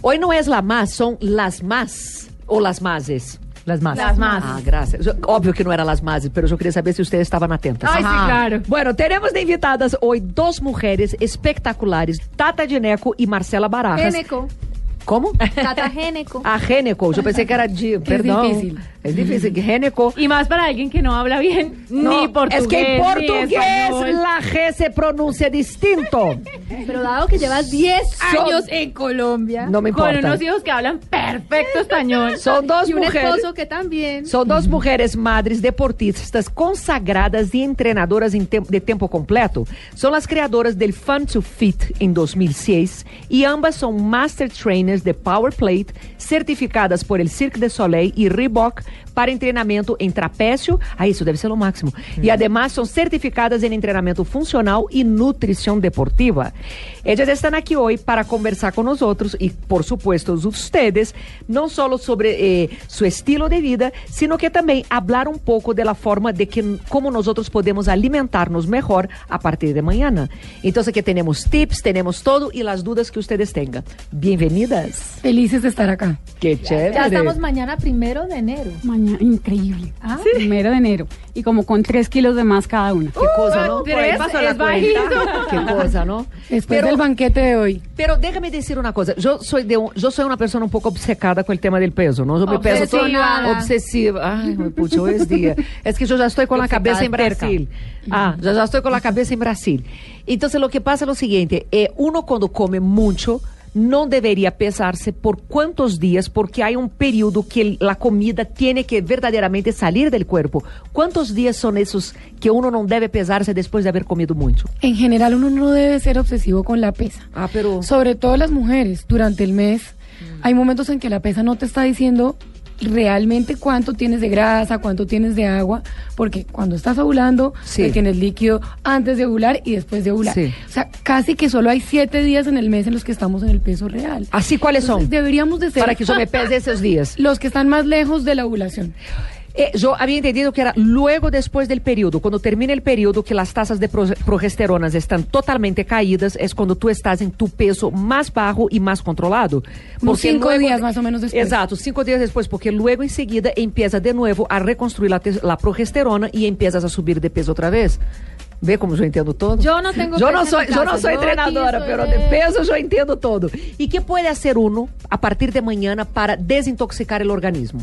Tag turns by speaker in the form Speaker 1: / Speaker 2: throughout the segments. Speaker 1: Hoy no es la más, son las más o las máses. Las más.
Speaker 2: Las más.
Speaker 1: Ah, graças. Yo- Obvio que no eran las más, pero yo quería saber si ustedes estaban atentas.
Speaker 2: Ay, sí, claro.
Speaker 1: Bueno, teremos de invitadas hoy dos mujeres espectaculares, Tata Gineco e Marcela Barajas.
Speaker 2: Géneco.
Speaker 1: Como?
Speaker 2: Tata Géneco.
Speaker 1: A Geneco, yo pensé que era G, perdão.
Speaker 2: difícil.
Speaker 1: Es difícil, Geneco.
Speaker 3: Y más para alguien que no habla bien
Speaker 1: No,
Speaker 3: ni portugués.
Speaker 1: es que en
Speaker 3: ni
Speaker 1: portugués
Speaker 3: español.
Speaker 1: la G se pronuncia distinto.
Speaker 2: Pero dado que llevas 10
Speaker 1: Son-
Speaker 2: años en Colombia.
Speaker 1: No me
Speaker 3: Con
Speaker 1: importa.
Speaker 3: unos hijos que hablan perfecto español.
Speaker 1: Son dos
Speaker 2: y un
Speaker 1: mujeres.
Speaker 2: esposo que también.
Speaker 1: São duas mulheres madres deportistas consagradas e entrenadoras em tem- de tempo completo. São as criadoras del Fun to Fit em 2006 e ambas são master trainers de Power Plate, certificadas por el Cirque de Soleil e Reebok para treinamento em trapécio. Ah, isso deve ser o máximo. E además são certificadas em treinamento funcional e nutrição deportiva. Elas estão aqui hoje para conversar com nós outros e, por supuesto, ustedes, não só sobre eh, su estilo de vida, sino que também hablar um pouco da forma de que como nós outros podemos alimentar-nos melhor a partir de manhã. Então, aqui temos tips, temos todo e as dúvidas que ustedes tenham. Bem-vindas.
Speaker 4: Felices de estar acá.
Speaker 1: Que chévere.
Speaker 2: Ya estamos mañana primero de enero.
Speaker 4: Mañana, increíble.
Speaker 2: Ah.
Speaker 4: Primero de enero. Y como con tres kilos de más cada una.
Speaker 1: Que cosa, ¿no?
Speaker 3: Andrés, Por ahí pasó la es cuenta. bajito.
Speaker 1: Que cosa, ¿no?
Speaker 4: Después del banquete de hoy.
Speaker 1: Pero déjame decir una cosa, yo soy de un- yo soy una persona un poco obcecada con el tema del peso, ¿no? Yo me peso todo-
Speaker 2: Obsesionada.
Speaker 1: obsesiva. Ay, me pucho, hoy es día. Es que yo ya estoy con la
Speaker 3: Obcecada
Speaker 1: cabeza en
Speaker 3: es terca.
Speaker 1: Brasil. Ah, yo ya estoy con la cabeza en Brasil. Entonces lo que pasa es lo siguiente, eh, uno cuando come mucho no debería pesarse por cuántos días, porque hay un periodo que el- la comida tiene que verdaderamente salir del cuerpo. ¿Cuántos días son esos que uno no debe pesarse después de haber comido mucho?
Speaker 5: En general uno no debe ser obsesivo con la pesa.
Speaker 1: Ah, pero...
Speaker 5: Sobre todo las mujeres, durante el mes
Speaker 1: Mm.
Speaker 5: hay momentos en que la pesa no te está diciendo realmente cuánto tienes de grasa, cuánto tienes de agua, porque cuando estás ovulando
Speaker 1: Sí.
Speaker 5: te tienes líquido antes de ovular y después de ovular.
Speaker 1: Sí.
Speaker 5: O sea, casi que solo hay siete días en el mes en los que estamos en el peso real.
Speaker 1: Así, ¿cuáles son?
Speaker 5: Entonces, deberíamos de ser
Speaker 1: Para que yo me pese esos días.
Speaker 5: los que están más lejos de la ovulación.
Speaker 1: Eh, yo había entendido que era luego después del periodo, cuando termina el periodo, que las tasas de pro- progesteronas están totalmente caídas, es cuando tú estás en tu peso más bajo y más controlado.
Speaker 5: Unos cinco días más o menos después.
Speaker 1: Exato, cinco días después, porque luego enseguida empieza de nuevo a reconstruir la, tes- la progesterona y empiezas a subir de peso otra vez. Ve como yo entiendo todo.
Speaker 2: Yo no tengo
Speaker 1: yo
Speaker 2: peso
Speaker 1: no
Speaker 2: en
Speaker 1: soy,
Speaker 2: mi
Speaker 1: yo no
Speaker 2: casa,
Speaker 1: soy
Speaker 2: yo
Speaker 1: entrenadora,
Speaker 2: aquí soy
Speaker 1: pero
Speaker 2: de-
Speaker 1: de peso yo entiendo todo. ¿Y qué puede hacer uno a partir de mañana para desintoxicar el organismo?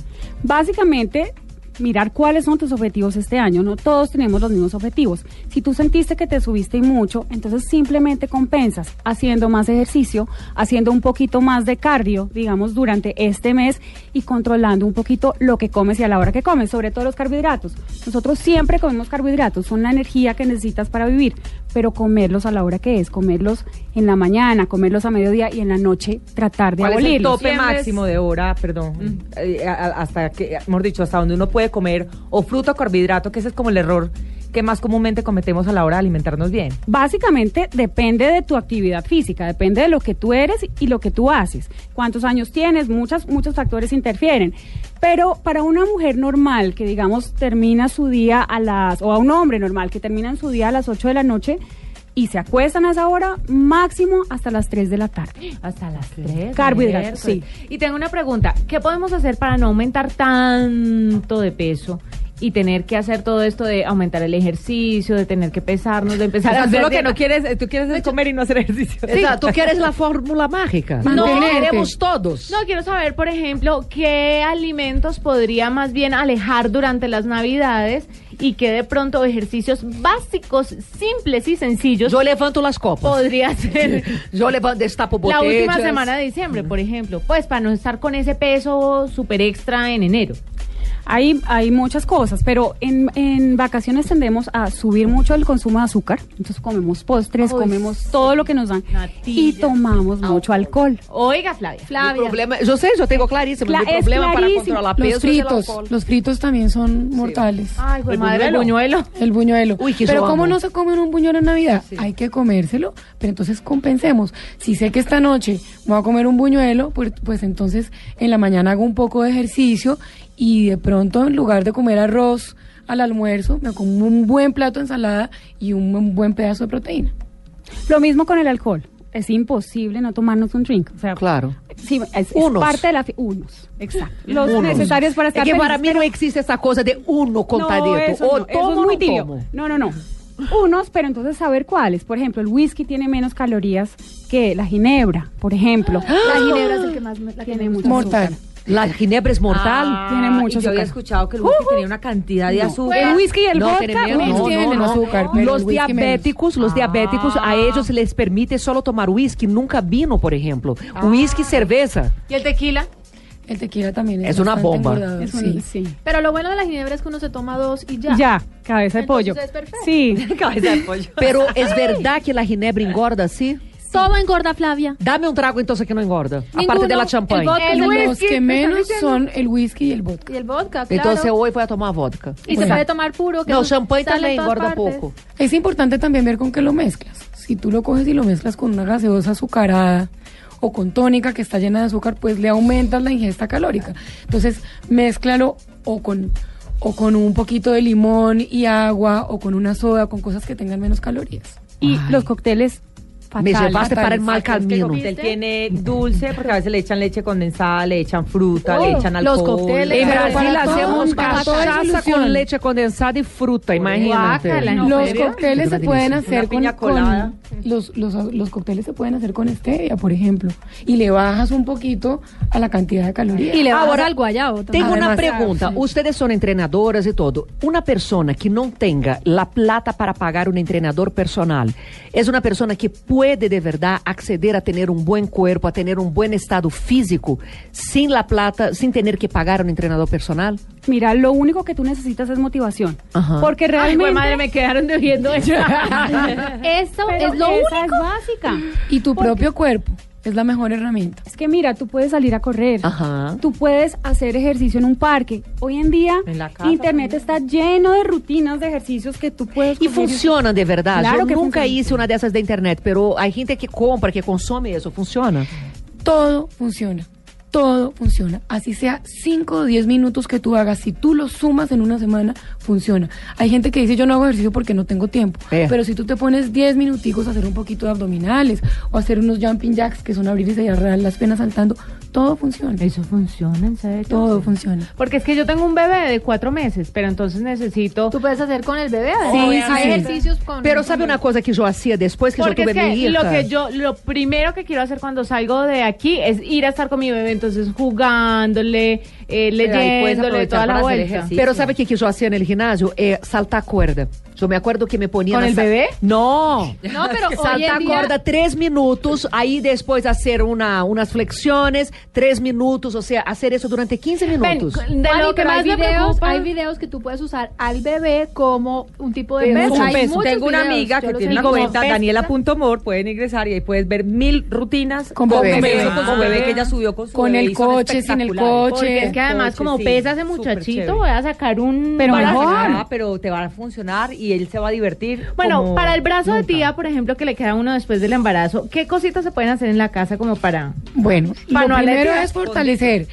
Speaker 6: Básicamente, mirar cuáles son tus objetivos este año. No todos tenemos los mismos objetivos. Si tú sentiste que te subiste y mucho, entonces simplemente compensas haciendo más ejercicio, haciendo un poquito más de cardio, digamos, durante este mes y controlando un poquito lo que comes y a la hora que comes, sobre todo los carbohidratos. Nosotros siempre comemos carbohidratos, son la energía que necesitas para vivir, pero comerlos a la hora que es, comerlos en la mañana, comerlos a mediodía y en la noche tratar de
Speaker 3: ¿Cuál es el
Speaker 6: abolirlos.
Speaker 3: tope
Speaker 2: Siempre es-
Speaker 3: máximo de hora, perdón, eh, a- a- hasta que, hemos dicho, hasta donde uno puede comer o fruta o carbohidrato, que ese es como el error que más comúnmente cometemos a la hora de alimentarnos bien?
Speaker 6: Básicamente depende de tu actividad física, depende de lo que tú eres y lo que tú haces. Cuántos años tienes, muchas, muchos factores interfieren. Pero para una mujer normal que, digamos, termina su día a las, o a un hombre normal que termina su día a las 8 de la noche y se acuestan a esa hora, máximo hasta las 3 de la tarde.
Speaker 7: Hasta las 3.
Speaker 6: Carbohidratos, sí.
Speaker 7: Y tengo una pregunta, ¿qué podemos hacer para no aumentar tanto de peso? Y tener que hacer todo esto de aumentar el ejercicio, de tener que pesarnos, de empezar a
Speaker 3: O sea, tú
Speaker 7: hacer
Speaker 3: lo que
Speaker 7: dieta.
Speaker 3: no quieres, eh, tú quieres es comer y no hacer ejercicio.
Speaker 1: Exato, queres la fórmula mágica.
Speaker 5: Mantenerte.
Speaker 1: queremos todos.
Speaker 7: No, quiero saber, por ejemplo, qué alimentos podría más bien alejar durante las navidades y qué de pronto ejercicios básicos, simples y sencillos
Speaker 1: Yo levanto las copas.
Speaker 7: podría ser
Speaker 1: Yo levanto, destapo
Speaker 7: la
Speaker 1: botellas.
Speaker 7: última semana de diciembre, por ejemplo. Pues para no estar con ese peso super extra en enero.
Speaker 6: Hay, hay muchas cosas, pero en, en vacaciones tendemos a subir mucho el consumo de azúcar. Entonces comemos postres,
Speaker 7: Uy,
Speaker 6: comemos
Speaker 7: sí.
Speaker 6: todo lo que nos dan y
Speaker 7: Natillas, ah,
Speaker 6: tomamos mucho alcohol.
Speaker 7: Oiga, Flavia.
Speaker 1: Mi
Speaker 2: Flavia.
Speaker 1: problema, yo sé, yo tengo clarísimo.
Speaker 6: Cla-
Speaker 1: mi
Speaker 6: es
Speaker 1: problema para
Speaker 6: clarísimo.
Speaker 1: controlar peso
Speaker 5: Los
Speaker 1: es el
Speaker 5: fritos,
Speaker 1: alcohol.
Speaker 5: los fritos también son mortales.
Speaker 7: Ay, güey,
Speaker 1: ¿El
Speaker 7: madre, el
Speaker 1: buñuelo?
Speaker 7: buñuelo.
Speaker 5: El buñuelo.
Speaker 1: Uy, que yo
Speaker 5: pero ¿cómo
Speaker 1: amo.
Speaker 5: no se comen un buñuelo en Navidad? Hay que comérselo, pero entonces compensemos. Si sé que esta noche voy a comer un buñuelo, pues, pues entonces en la mañana hago un poco de ejercicio y de pronto en lugar de comer arroz al almuerzo, me como un buen plato de ensalada y un buen- buen pedazo de proteína.
Speaker 6: Lo mismo con el alcohol. es imposible no tomarnos un drink. O sea,
Speaker 1: Claro.
Speaker 6: sí, es, es
Speaker 1: Unos.
Speaker 6: parte de la... fi- Unos, exacto. Los
Speaker 1: Unos.
Speaker 6: necesarios para estar
Speaker 1: É que para
Speaker 6: felices,
Speaker 1: mí no existe esa cosa de uno contadito.
Speaker 6: eso
Speaker 1: o
Speaker 6: no, eso
Speaker 1: tomo
Speaker 6: es muy
Speaker 1: o no
Speaker 6: tibio.
Speaker 1: tomo.
Speaker 6: No, no, no. Unos, pero entonces saber cuáles. Por ejemplo, el whisky tiene menos calorías que la ginebra, por ejemplo.
Speaker 1: ¡Ah!
Speaker 2: La ginebra es el que más me- la que
Speaker 6: Tiene
Speaker 2: me gusta.
Speaker 6: mucho
Speaker 5: Mortal.
Speaker 6: azúcar.
Speaker 1: La ginebra es mortal.
Speaker 6: Ah, tiene mucho
Speaker 3: Y yo había
Speaker 6: azúcar.
Speaker 3: escuchado que el whisky tenía una cantidad de azúcar.
Speaker 6: el whisky y el
Speaker 1: no,
Speaker 6: vodka,
Speaker 1: tiene menos,
Speaker 5: menos.
Speaker 1: no,
Speaker 5: Tiene
Speaker 1: no,
Speaker 5: menos
Speaker 1: no.
Speaker 5: azúcar, pero
Speaker 1: los
Speaker 5: el whisky menos.
Speaker 1: diabéticos, los diabéticos, a
Speaker 6: Ah.
Speaker 1: ellos les permite solo tomar whisky, nunca vino, por ejemplo.
Speaker 6: Ah.
Speaker 1: Whisky, cerveza.
Speaker 7: ¿Y el tequila?
Speaker 5: El tequila también es
Speaker 1: Es una
Speaker 5: bastante
Speaker 1: bomba.
Speaker 5: engordador,
Speaker 6: Es
Speaker 5: sí.
Speaker 6: un- sí.
Speaker 2: Pero lo bueno de la ginebra es que uno se toma dos y ya.
Speaker 6: Ya, cabeza de
Speaker 2: Entonces
Speaker 6: pollo.
Speaker 2: es perfecto.
Speaker 6: Sí.
Speaker 3: Cabeza de pollo.
Speaker 1: Pero es verdad que la ginebra engorda, ¿sí?
Speaker 2: Todo engorda, Flavia.
Speaker 1: Dame un trago entonces que no engorda. aparte de la champaña.
Speaker 2: vodka, el
Speaker 5: Los
Speaker 2: whisky,
Speaker 5: que
Speaker 2: ¿me estás
Speaker 5: menos
Speaker 2: diciendo?
Speaker 5: son el whisky y el vodka.
Speaker 2: Y el vodka, claro.
Speaker 1: Entonces hoy voy a tomar vodka.
Speaker 2: y se puede tomar puro. Que
Speaker 1: No,
Speaker 2: eso
Speaker 1: champagne
Speaker 2: sale
Speaker 1: también
Speaker 2: en todas
Speaker 1: engorda
Speaker 2: partes.
Speaker 1: poco.
Speaker 5: Es importante también ver con qué lo mezclas. Si tú lo coges y lo mezclas con una gaseosa azucarada o con tónica que está llena de azúcar, pues le aumentas la ingesta calórica. Entonces, mézclalo o con o con un poquito de limón y agua o con una soda, con cosas que tengan menos calorías.
Speaker 6: Y los cócteles
Speaker 1: Me
Speaker 6: fatales.
Speaker 1: llevaste para el mal
Speaker 3: Exacto, es que
Speaker 1: camino.
Speaker 3: El cóctel tiene dulce, porque a veces le echan leche condensada, le echan fruta, le
Speaker 2: Oh,
Speaker 3: echan
Speaker 2: los
Speaker 3: alcohol.
Speaker 2: cócteles.
Speaker 1: En
Speaker 2: Pero
Speaker 1: Brasil
Speaker 2: para todo,
Speaker 1: hacemos
Speaker 5: para todo es
Speaker 1: cachaza con
Speaker 5: ilusión.
Speaker 1: leche condensada y fruta, imagínate.
Speaker 7: Guácala, ¿en
Speaker 5: los
Speaker 7: serio?
Speaker 5: cócteles se pueden hacer con,
Speaker 3: piña colada.
Speaker 5: con- los, los, los cócteles se pueden hacer con stevia, por ejemplo, y le bajas un poquito a la cantidad de calorías.
Speaker 2: Y le vas
Speaker 1: Ahora,
Speaker 2: al guayabo. también.
Speaker 1: Tengo una
Speaker 5: Además,
Speaker 1: pregunta. Ustedes son entrenadoras y todo. Una persona que no tenga la plata para pagar un entrenador personal, ¿es una persona que puede de verdad acceder a tener un buen cuerpo, a tener un buen estado físico, sin la plata, sin tener que pagar un entrenador personal?
Speaker 6: Mira, lo único que tú necesitas es motivación.
Speaker 1: Ajá.
Speaker 6: Porque
Speaker 7: Ay,
Speaker 6: realmente...
Speaker 7: güey, madre, me quedaron debiendo eso.
Speaker 2: Eso
Speaker 6: Pero
Speaker 2: es lo
Speaker 6: esa
Speaker 2: único.
Speaker 6: es básica.
Speaker 5: Y tu propio cuerpo es la mejor herramienta.
Speaker 6: Es que mira, tú puedes salir a correr,
Speaker 1: Ajá.
Speaker 6: tú puedes hacer ejercicio en un parque. Hoy en día,
Speaker 3: En la casa
Speaker 6: Internet está lleno de rutinas de ejercicios que tú puedes.
Speaker 1: E
Speaker 6: coger
Speaker 1: funciona de verdade?
Speaker 6: Claro
Speaker 1: Eu
Speaker 6: que
Speaker 1: nunca
Speaker 6: funciona.
Speaker 1: hice uma dessas da internet, pero hay gente que compra, que consome isso. Funciona?
Speaker 5: Todo funciona. Todo funciona. Así sea 5 o 10 minutos que tú hagas, si tú lo sumas en una semana, funciona. Hay gente que dice yo no hago ejercicio porque no tengo tiempo.
Speaker 1: Eh.
Speaker 5: Pero si tú te pones 10 minuticos a hacer un poquito de abdominales o hacer unos jumping jacks que son abrir y cerrar las penas saltando, todo funciona.
Speaker 3: Eso funciona, ¿en serio?
Speaker 5: Todo funciona.
Speaker 7: Porque es que yo tengo un bebé de cuatro meses, pero entonces necesito...
Speaker 2: Tú puedes hacer con el bebé.
Speaker 5: Sí,
Speaker 2: ¿eh?
Speaker 5: sí,
Speaker 2: Hay
Speaker 5: sí.
Speaker 2: ejercicios con.
Speaker 1: Pero sabe uma coisa que eu hacía depois que eu
Speaker 7: Porque
Speaker 1: tuve
Speaker 7: es
Speaker 1: minha
Speaker 7: que
Speaker 1: hija?
Speaker 7: lo que yo, lo primero que quiero hacer cuando salgo de aquí es ir a estar con mi bebé, entonces jugándole, eh,
Speaker 3: Pero ahí puedes
Speaker 7: leyéndole toda la
Speaker 3: aprovechar para hacer
Speaker 7: vuelta.
Speaker 3: ejercicio.
Speaker 1: Pero sabe o que, que eu hacía no ginásio? É saltar corda. Eu me acuerdo que me ponia.
Speaker 7: ¿Con
Speaker 1: na
Speaker 7: el
Speaker 1: sa-
Speaker 7: bebé?
Speaker 1: Não!
Speaker 2: No, pero hoy
Speaker 1: Saltar
Speaker 2: en día-
Speaker 1: corda três minutos, aí depois fazer uma, umas flexiones, três minutos, ou seja, fazer isso durante 15
Speaker 7: Ven,
Speaker 1: minutos.
Speaker 7: de
Speaker 2: Ani,
Speaker 7: lo que
Speaker 2: pero
Speaker 7: más
Speaker 2: hay
Speaker 7: me
Speaker 2: videos,
Speaker 7: preocupa-
Speaker 2: hay videos que tú puedes usar al bebé como un tipo de
Speaker 3: Es
Speaker 2: peso.
Speaker 3: un
Speaker 2: Hay
Speaker 3: peso.
Speaker 2: muchos
Speaker 3: Tengo una
Speaker 2: videos,
Speaker 3: amiga
Speaker 2: yo
Speaker 3: que
Speaker 2: los
Speaker 3: tiene
Speaker 2: he
Speaker 3: una
Speaker 2: visto.
Speaker 3: cuenta, daniela.mor, pueden ingresar y ahí puedes ver mil rutinas
Speaker 5: Con bebés.
Speaker 3: bebé, con su
Speaker 7: Ah.
Speaker 3: bebé que ella subió con su
Speaker 5: Con
Speaker 3: bebé
Speaker 5: el
Speaker 3: y son
Speaker 5: coche, sin el
Speaker 3: espectaculares.
Speaker 5: coche.
Speaker 7: Porque es que además
Speaker 3: Coche,
Speaker 7: como
Speaker 3: sí,
Speaker 7: pesa ese
Speaker 3: súper
Speaker 7: muchachito,
Speaker 3: chévere.
Speaker 7: voy a sacar un...
Speaker 6: Pero
Speaker 7: para-
Speaker 6: mejor.
Speaker 3: Ah, pero te va a funcionar y él se va a divertir.
Speaker 7: Bueno,
Speaker 3: como
Speaker 7: para el brazo de
Speaker 3: nunca.
Speaker 7: tía, por ejemplo, que le queda a uno después del embarazo, ¿qué cositas se pueden hacer en la casa como para...?
Speaker 5: Bueno,
Speaker 7: Para
Speaker 5: lo
Speaker 7: no
Speaker 5: primero
Speaker 7: alergias,
Speaker 5: es fortalecer.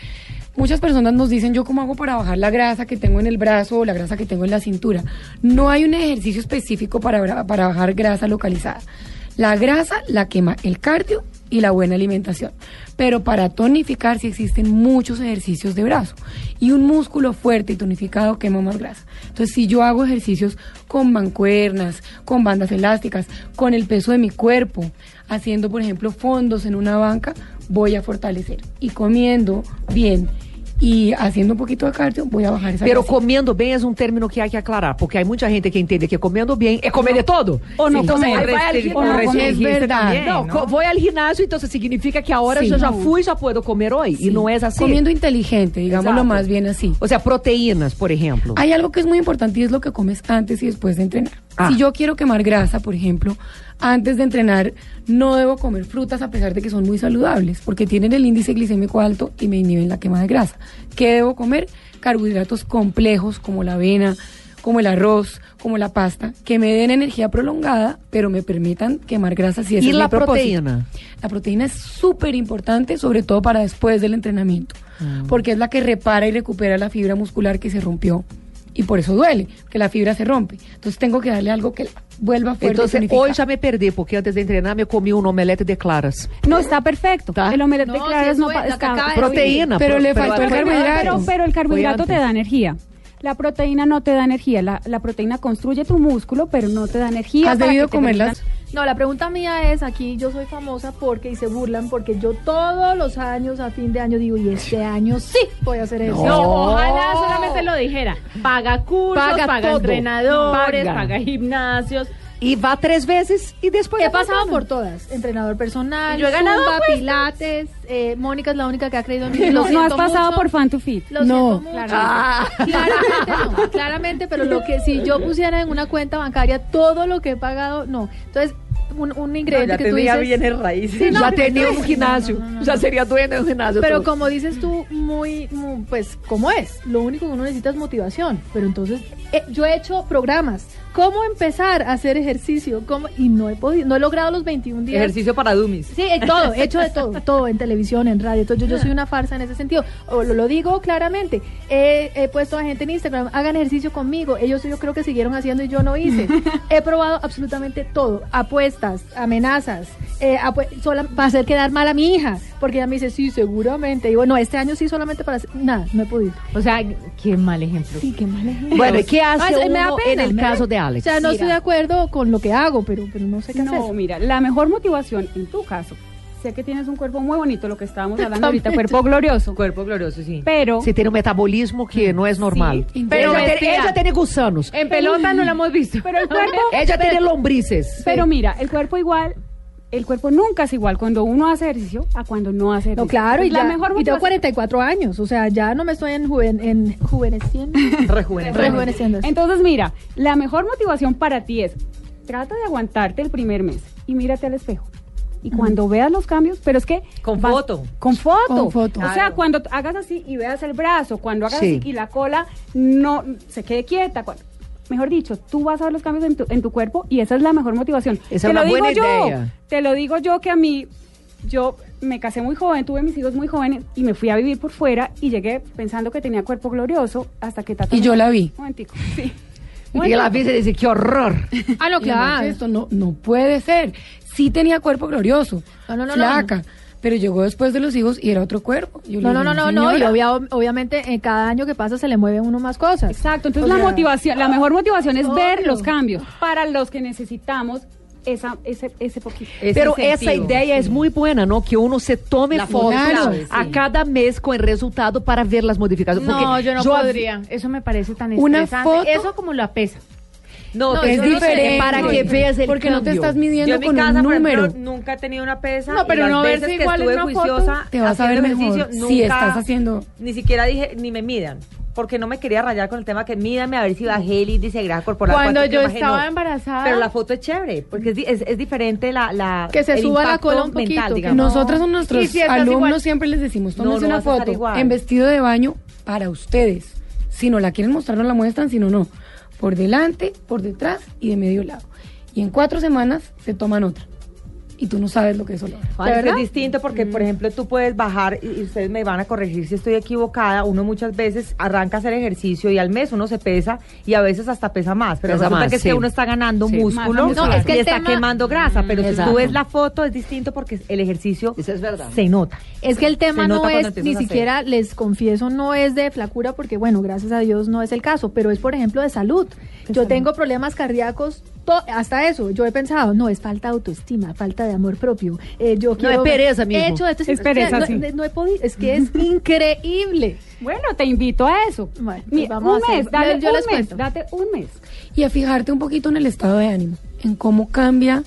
Speaker 5: Muchas personas nos dicen, ¿yo cómo hago para bajar la grasa que tengo en el brazo o la grasa que tengo en la cintura? No hay un ejercicio específico para, bra- para bajar grasa localizada. La grasa la quema el cardio y la buena alimentación. Pero para tonificar sí existen muchos ejercicios de brazo. Y un músculo fuerte y tonificado quema más grasa. Entonces, si yo hago ejercicios con mancuernas, con bandas elásticas, con el peso de mi cuerpo, haciendo, por ejemplo, fondos en una banca, voy a fortalecer. Y comiendo bien y haciendo un poquito de cardio, voy a bajar esa
Speaker 1: Pero
Speaker 5: grasa.
Speaker 1: comendo bem é um término que há que aclarar, porque há muita gente que entende que comendo bem é comer de todo.
Speaker 6: O no
Speaker 1: Então,
Speaker 6: comer.
Speaker 1: aí vai al
Speaker 3: Restringir-
Speaker 5: o no
Speaker 1: ginásio.
Speaker 5: comer.
Speaker 3: restringirse
Speaker 5: Es verdad.
Speaker 3: también,
Speaker 1: Não,
Speaker 3: ¿no?
Speaker 1: co- vou ao ginásio, então significa que a hora
Speaker 5: Sim.
Speaker 1: eu já fui, já puedo comer hoje. E não é assim.
Speaker 5: Comiendo inteligente, digámoslo
Speaker 1: Exato.
Speaker 5: más bien así.
Speaker 1: Ou seja, proteínas, por exemplo.
Speaker 5: Hay algo que es muy importante y es lo que comes antes y después de entrenar.
Speaker 1: Ah.
Speaker 5: Si yo quiero quemar grasa, por ejemplo, antes de entrenar no debo comer frutas a pesar de que son muy saludables porque tienen el índice glicémico alto y me inhiben la quema de grasa. ¿Qué debo comer? Carbohidratos complejos como la avena, como el arroz, como la pasta, que me den energía prolongada, pero me permitan quemar grasa si ese
Speaker 1: ¿Y
Speaker 5: es
Speaker 1: la
Speaker 5: mi propósito.
Speaker 1: proteína?
Speaker 5: La proteína es súper importante, sobre todo para después del entrenamiento, porque es la que repara y recupera la fibra muscular que se rompió. Y por eso duele, que la fibra se rompe. Entonces tengo que darle algo que la vuelva fuerte.
Speaker 1: Entonces,
Speaker 5: y tonificada.
Speaker 1: hoy ya me perdí, porque antes de entrenar me comí un omelete de claras.
Speaker 6: No, está perfecto.
Speaker 1: Está.
Speaker 6: El omelette
Speaker 2: No,
Speaker 6: de
Speaker 2: sí
Speaker 6: claras
Speaker 2: es
Speaker 6: no
Speaker 2: buena,
Speaker 6: pa-
Speaker 2: la que
Speaker 6: está-
Speaker 2: acaba de
Speaker 1: Proteína.
Speaker 5: Pero le
Speaker 6: Pero,
Speaker 5: faltó el
Speaker 6: pero-
Speaker 5: carbohidrato.
Speaker 6: pero- pero el carbohidrato te da energía. La proteína no te da energía. La, la proteína construye tu músculo, pero no te da energía.
Speaker 5: ¿Has
Speaker 6: para
Speaker 5: debido
Speaker 6: que te
Speaker 5: comerlas?
Speaker 6: permitan-
Speaker 2: No, la pregunta mía es, aquí yo soy famosa porque, y se burlan, porque yo todos los años, a fin de año, digo, y este año sí voy a hacer eso.
Speaker 7: No, ojalá solamente lo dijera. Paga cursos,
Speaker 1: Paga
Speaker 7: paga,
Speaker 1: todo.
Speaker 7: entrenadores,
Speaker 1: Paga.
Speaker 7: paga, gimnasios.
Speaker 1: Y va tres veces y después...
Speaker 2: He
Speaker 1: ya
Speaker 2: pasado
Speaker 1: no.
Speaker 2: por todas. Entrenador personal,
Speaker 7: Yo he ganado
Speaker 2: zumba,
Speaker 7: apuestas.
Speaker 2: pilates. eh, Mónica es la única que ha creído en mí.
Speaker 6: No,
Speaker 2: Lo
Speaker 6: no has
Speaker 2: siento
Speaker 6: pasado
Speaker 2: mucho.
Speaker 6: por fan to fit.
Speaker 2: Lo
Speaker 5: No.
Speaker 2: siento mucho. Claramente no, claramente, pero lo que si yo pusiera en una cuenta bancaria todo lo que he pagado, no. Entonces, un, un ingrediente
Speaker 3: ya
Speaker 2: este, que tú
Speaker 3: tenía
Speaker 2: dices.
Speaker 3: bienes raíces.
Speaker 2: Sí, no,
Speaker 1: ya
Speaker 2: pero-
Speaker 1: tenía un gimnasio, ya sería dueño de un gimnasio.
Speaker 2: Pero
Speaker 1: todo.
Speaker 2: como dices tú, muy, muy, pues, ¿cómo es? Lo único que uno necesita es motivación. Pero entonces, eh, yo he hecho programas. ¿Cómo empezar a hacer ejercicio? ¿Cómo? Y no he podido, no he logrado los 21 días.
Speaker 3: Ejercicio para dummies.
Speaker 2: Sí, eh, todo, he hecho de todo, todo en televisión, en radio. Entonces yo, yo soy una farsa en ese sentido. O lo, lo digo claramente. He, he puesto a gente en Instagram, hagan ejercicio conmigo. Ellos yo creo que siguieron haciendo y yo no hice. he probado absolutamente todo. Apuestas, amenazas, eh, apue- sola- para hacer quedar mal a mi hija. Porque ella me dice, sí, seguramente. Y bueno, este año sí, solamente para hacer... Nada, no he podido.
Speaker 7: O sea, qué mal ejemplo.
Speaker 2: Sí, qué mal ejemplo.
Speaker 1: Bueno, ¿y qué hace
Speaker 2: Ay, Ah, me da
Speaker 1: uno en
Speaker 2: é pena, né?
Speaker 1: el
Speaker 2: me da-
Speaker 1: caso de
Speaker 2: O
Speaker 1: Alex?
Speaker 2: sea, no
Speaker 6: Mira.
Speaker 2: estoy de acuerdo con lo que hago, pero, pero no sé qué hacer.
Speaker 6: No, mira, la mejor motivación en tu caso. Sé que tienes un cuerpo muy bonito, lo que estábamos hablando ahorita,
Speaker 2: También.
Speaker 6: cuerpo glorioso.
Speaker 3: Cuerpo glorioso, sí.
Speaker 6: Pero
Speaker 1: Você tem um metabolismo que não é normal.
Speaker 5: Sim.
Speaker 1: Pero
Speaker 7: Pero
Speaker 1: ella,
Speaker 7: vestida.
Speaker 1: tiene, ella tiene gusanos.
Speaker 6: É,
Speaker 7: En pelota no la hemos visto.
Speaker 6: Pero el cuerpo-
Speaker 1: Ella tiene lombrices.
Speaker 6: Pero mira, el cuerpo igual, el cuerpo nunca es igual cuando uno hace ejercicio a cuando no hace ejercicio.
Speaker 2: No, claro, y,
Speaker 6: la
Speaker 2: ya-
Speaker 6: mejor
Speaker 2: y tengo
Speaker 6: motivación-
Speaker 2: 44 años, o sea, ya no me estoy en, juven, en juveneciendo.
Speaker 3: Rejuvenecido.
Speaker 2: Rejuveneciendo.
Speaker 6: Entonces mira, la mejor motivación para ti es trata de aguantarte el primer mes y mírate al espejo. Y cuando veas los cambios, pero es que
Speaker 3: Con foto.
Speaker 6: con foto,
Speaker 5: Con foto.
Speaker 6: o sea, cuando t- hagas así y veas el brazo, cuando hagas
Speaker 1: Sí.
Speaker 6: así y la cola no se quede quieta, cuando- mejor dicho, tú vas a ver los cambios en tu, en tu cuerpo y esa es la mejor motivación.
Speaker 1: Esa
Speaker 6: te
Speaker 1: es
Speaker 6: lo
Speaker 1: una
Speaker 6: digo
Speaker 1: buena
Speaker 6: yo,
Speaker 1: idea.
Speaker 6: te lo digo yo que a mí, yo me casé muy joven, tuve mis hijos muy jóvenes y me fui a vivir por fuera y llegué pensando que tenía cuerpo glorioso hasta que Tata
Speaker 5: Y
Speaker 6: me-
Speaker 5: yo la vi.
Speaker 6: Momentico, sí.
Speaker 1: y ela vê e diz, que horror.
Speaker 2: Ah, no,
Speaker 5: Y entonces Esto no, no puede ser. Sí tenía cuerpo glorioso,
Speaker 2: No, no, no, no.
Speaker 5: flaca, pero llegó después de los hijos y era otro cuerpo. Yo le
Speaker 2: No, no,
Speaker 5: dije,
Speaker 2: no, no, no, y
Speaker 5: "Señora".
Speaker 2: obvia- obviamente en cada año que pasa se le mueve a uno más cosas.
Speaker 6: Exacto, entonces
Speaker 2: O
Speaker 6: la
Speaker 2: sea,
Speaker 6: motivación, la mejor motivación es ver
Speaker 2: obvio.
Speaker 6: los cambios para los que necesitamos esa, ese, ese poquito.
Speaker 3: Ese
Speaker 1: Pero essa
Speaker 3: incentivo.
Speaker 1: ideia é muito boa, não? Que uno se tome
Speaker 3: La
Speaker 1: fotos
Speaker 5: foto,
Speaker 1: a
Speaker 3: sí.
Speaker 1: cada mês com o resultado para ver as modificações.
Speaker 7: No,
Speaker 1: Porque
Speaker 7: yo no
Speaker 1: yo hab-
Speaker 7: podría. Eso me parece tan
Speaker 5: Una
Speaker 7: estresante.
Speaker 5: foto-
Speaker 7: Eso como la pesa.
Speaker 3: No,
Speaker 5: es
Speaker 3: yo no sé,
Speaker 5: diferente.
Speaker 1: Para que veas el
Speaker 5: Porque no te
Speaker 1: cambio.
Speaker 5: estás
Speaker 3: Yo
Speaker 5: midiendo
Speaker 3: en mi
Speaker 5: con
Speaker 3: casa,
Speaker 5: un
Speaker 3: por ejemplo,
Speaker 5: número.
Speaker 3: nunca he tenido una pesa.
Speaker 2: No, pero
Speaker 3: y las
Speaker 2: no
Speaker 3: veces
Speaker 2: verse
Speaker 3: que
Speaker 2: igual en
Speaker 3: estuve
Speaker 2: una foto,
Speaker 3: juiciosa
Speaker 5: te vas a
Speaker 3: haciendo
Speaker 5: ver mejor
Speaker 3: ejercicio,
Speaker 5: si
Speaker 3: nunca-
Speaker 5: estás haciendo-
Speaker 3: Ni siquiera dije, ni me midan. Porque no me quería rayar con el tema que mídame a ver si bajé el índice de grasa corporal.
Speaker 7: Cuando
Speaker 3: cuánto
Speaker 7: yo
Speaker 3: bajé,
Speaker 7: estaba embarazada-
Speaker 3: Pero la foto es chévere, porque es, di- es- es diferente la, la-
Speaker 2: Que se
Speaker 3: el
Speaker 2: suba la
Speaker 3: impacto
Speaker 2: cola un poquito,
Speaker 3: mental,
Speaker 2: que
Speaker 3: digamos.
Speaker 5: Nosotros a nuestros
Speaker 7: Y si estás
Speaker 5: alumnos
Speaker 7: igual.
Speaker 5: siempre les decimos,
Speaker 3: No,
Speaker 5: tómense
Speaker 3: no
Speaker 5: una
Speaker 3: vas a estar
Speaker 5: foto
Speaker 3: igual.
Speaker 5: en vestido de baño para ustedes. Si no la quieren mostrar, no la muestran, si no, no. Por delante, por detrás y de medio lado. Y en cuatro semanas se toman otra. Y tú no sabes lo que eso logra.
Speaker 3: Juan, es que
Speaker 2: ¿Verdad?
Speaker 3: es distinto porque, por ejemplo, tú puedes bajar y, y ustedes me van a corregir si estoy equivocada. Uno muchas veces arranca a hacer ejercicio y al mes uno se pesa y a veces hasta pesa más. Pero
Speaker 1: Pesa
Speaker 3: resulta
Speaker 1: más,
Speaker 3: que es
Speaker 1: sí.
Speaker 3: que uno está ganando
Speaker 1: Sí,
Speaker 3: músculo
Speaker 1: masa muscular.
Speaker 3: y
Speaker 1: No, es que
Speaker 2: el
Speaker 3: está
Speaker 2: tema-
Speaker 3: quemando grasa. Pero si
Speaker 1: Exacto.
Speaker 3: tú ves la foto es distinto porque el ejercicio
Speaker 1: Eso es verdad.
Speaker 3: se nota.
Speaker 2: Es que el tema
Speaker 3: Se nota
Speaker 2: no
Speaker 3: cuando
Speaker 2: es,
Speaker 3: empiezas
Speaker 2: ni
Speaker 3: a hacer.
Speaker 2: siquiera, les confieso, no es de flacura, porque bueno, gracias a Dios no es el caso, pero es por ejemplo de salud. yo tengo problemas cardíacos, to- hasta eso, yo he pensado, no, es falta de autoestima, falta de amor propio. eh, yo quiero-
Speaker 1: es pereza mismo.
Speaker 2: He hecho esto,
Speaker 6: Es pereza,
Speaker 2: no,
Speaker 6: sí.
Speaker 2: no- no he podido, es que es increíble.
Speaker 6: Bueno, te invito a eso.
Speaker 2: Bueno, pues
Speaker 6: Mi-
Speaker 2: vamos
Speaker 6: un
Speaker 2: a hacer-
Speaker 6: mes, dale
Speaker 2: yo
Speaker 6: un
Speaker 2: les
Speaker 6: mes,
Speaker 2: cuento.
Speaker 6: date un mes.
Speaker 5: Y a fijarte un poquito en el estado de ánimo, en cómo cambia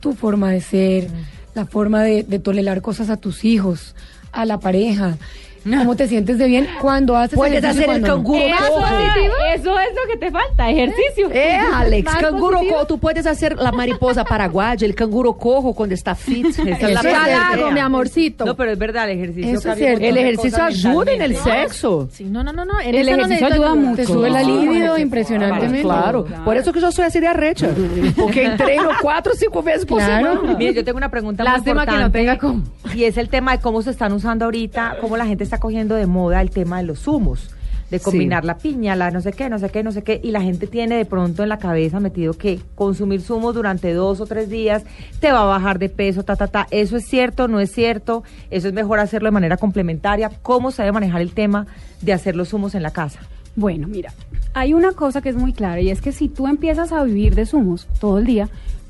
Speaker 5: tu forma de ser, la forma de, de tolerar cosas a tus hijos, a la pareja, cómo te sientes de bien cuando haces
Speaker 1: Puedes
Speaker 5: ejercicio y
Speaker 1: hacer el
Speaker 5: cuando no.
Speaker 1: canguro
Speaker 6: Eso,
Speaker 1: cojo.
Speaker 6: es- eso es lo que te falta, ejercicio.
Speaker 2: Eh.
Speaker 1: É, Alex,
Speaker 2: Más
Speaker 1: canguro
Speaker 2: positivo.
Speaker 1: cojo. Tu puedes hacer la mariposa paraguaya, el canguro cojo cuando está fit. Esa es la
Speaker 3: Eso
Speaker 1: mejor
Speaker 3: es verdad.
Speaker 1: idea.
Speaker 2: mi amorcito.
Speaker 3: No, pero es verdad, el ejercicio.
Speaker 5: Eso es
Speaker 3: cambia
Speaker 5: cierto.
Speaker 1: El
Speaker 3: muchas
Speaker 1: ejercicio
Speaker 3: cosas
Speaker 1: ayuda en el
Speaker 3: mentalmente.
Speaker 1: sexo. Ah,
Speaker 2: Sí, no, no, no, no. en
Speaker 6: El
Speaker 2: esa no
Speaker 6: ejercicio
Speaker 2: necesito
Speaker 6: ayuda mucho.
Speaker 5: Te sube la
Speaker 6: Sí,
Speaker 5: libido
Speaker 6: bueno,
Speaker 5: impresionantemente.
Speaker 1: Claro, por eso que yo soy así de arrecha. Porque entreno cuatro o cinco veces por
Speaker 5: Claro.
Speaker 1: semana.
Speaker 3: Mire, yo tengo una pregunta
Speaker 7: Lástima
Speaker 3: muy
Speaker 7: que no
Speaker 3: importante.
Speaker 7: tenga cómo.
Speaker 3: Y es el tema de cómo se están usando ahorita, cómo la gente está cogiendo de moda el tema de los zumos. de
Speaker 1: Sí.
Speaker 3: combinar la piña, la no sé qué, no sé qué, no sé qué, y la gente tiene de pronto en la cabeza metido que consumir zumos durante dos o tres días te va a bajar de peso, ta, ta, ta. Eso es cierto, no es cierto, eso es mejor hacerlo de manera complementaria. ¿Cómo se debe manejar el tema de hacer los zumos en la casa?
Speaker 6: Bueno, mira, hay una cosa que es muy clara y es que si tú empiezas a vivir de zumos todo el día,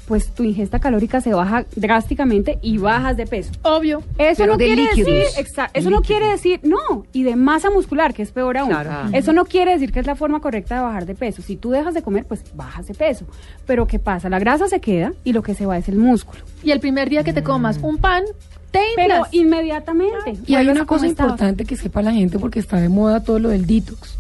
Speaker 6: pues tu ingesta calórica se baja drásticamente y bajas de peso.
Speaker 2: Obvio.
Speaker 6: Eso
Speaker 1: Pero
Speaker 6: no
Speaker 1: de
Speaker 6: quiere
Speaker 1: líquidos,
Speaker 6: decir, exacto, eso no quiere decir, no, y de masa muscular, que es peor aún.
Speaker 3: Claro.
Speaker 6: Eso no quiere decir que es la forma correcta de bajar de peso. Si tú dejas de comer, pues bajas de peso. Pero ¿qué pasa? La grasa se queda y lo que se va es el músculo.
Speaker 2: Y el primer día que te comas un pan, te
Speaker 6: Pero
Speaker 2: inflas.
Speaker 6: inmediatamente.
Speaker 5: Y hay
Speaker 6: vuelves
Speaker 5: una
Speaker 6: a como
Speaker 5: cosa
Speaker 6: estabas.
Speaker 5: importante que sepa la gente porque está de moda todo lo del detox.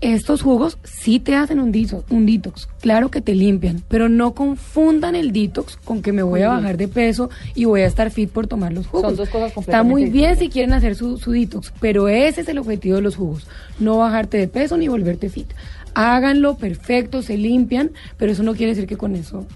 Speaker 5: Estos jugos sí te hacen un, diso- un detox, claro que te limpian, pero no confundan el detox con que me voy a bajar de peso y voy a estar fit por tomar los jugos.
Speaker 3: Son dos cosas
Speaker 5: Está muy
Speaker 3: completamente
Speaker 5: bien si quieren hacer su, su detox, pero ese es el objetivo de los jugos, no bajarte de peso ni volverte fit. Háganlo perfecto, se limpian, pero eso no quiere decir que con eso,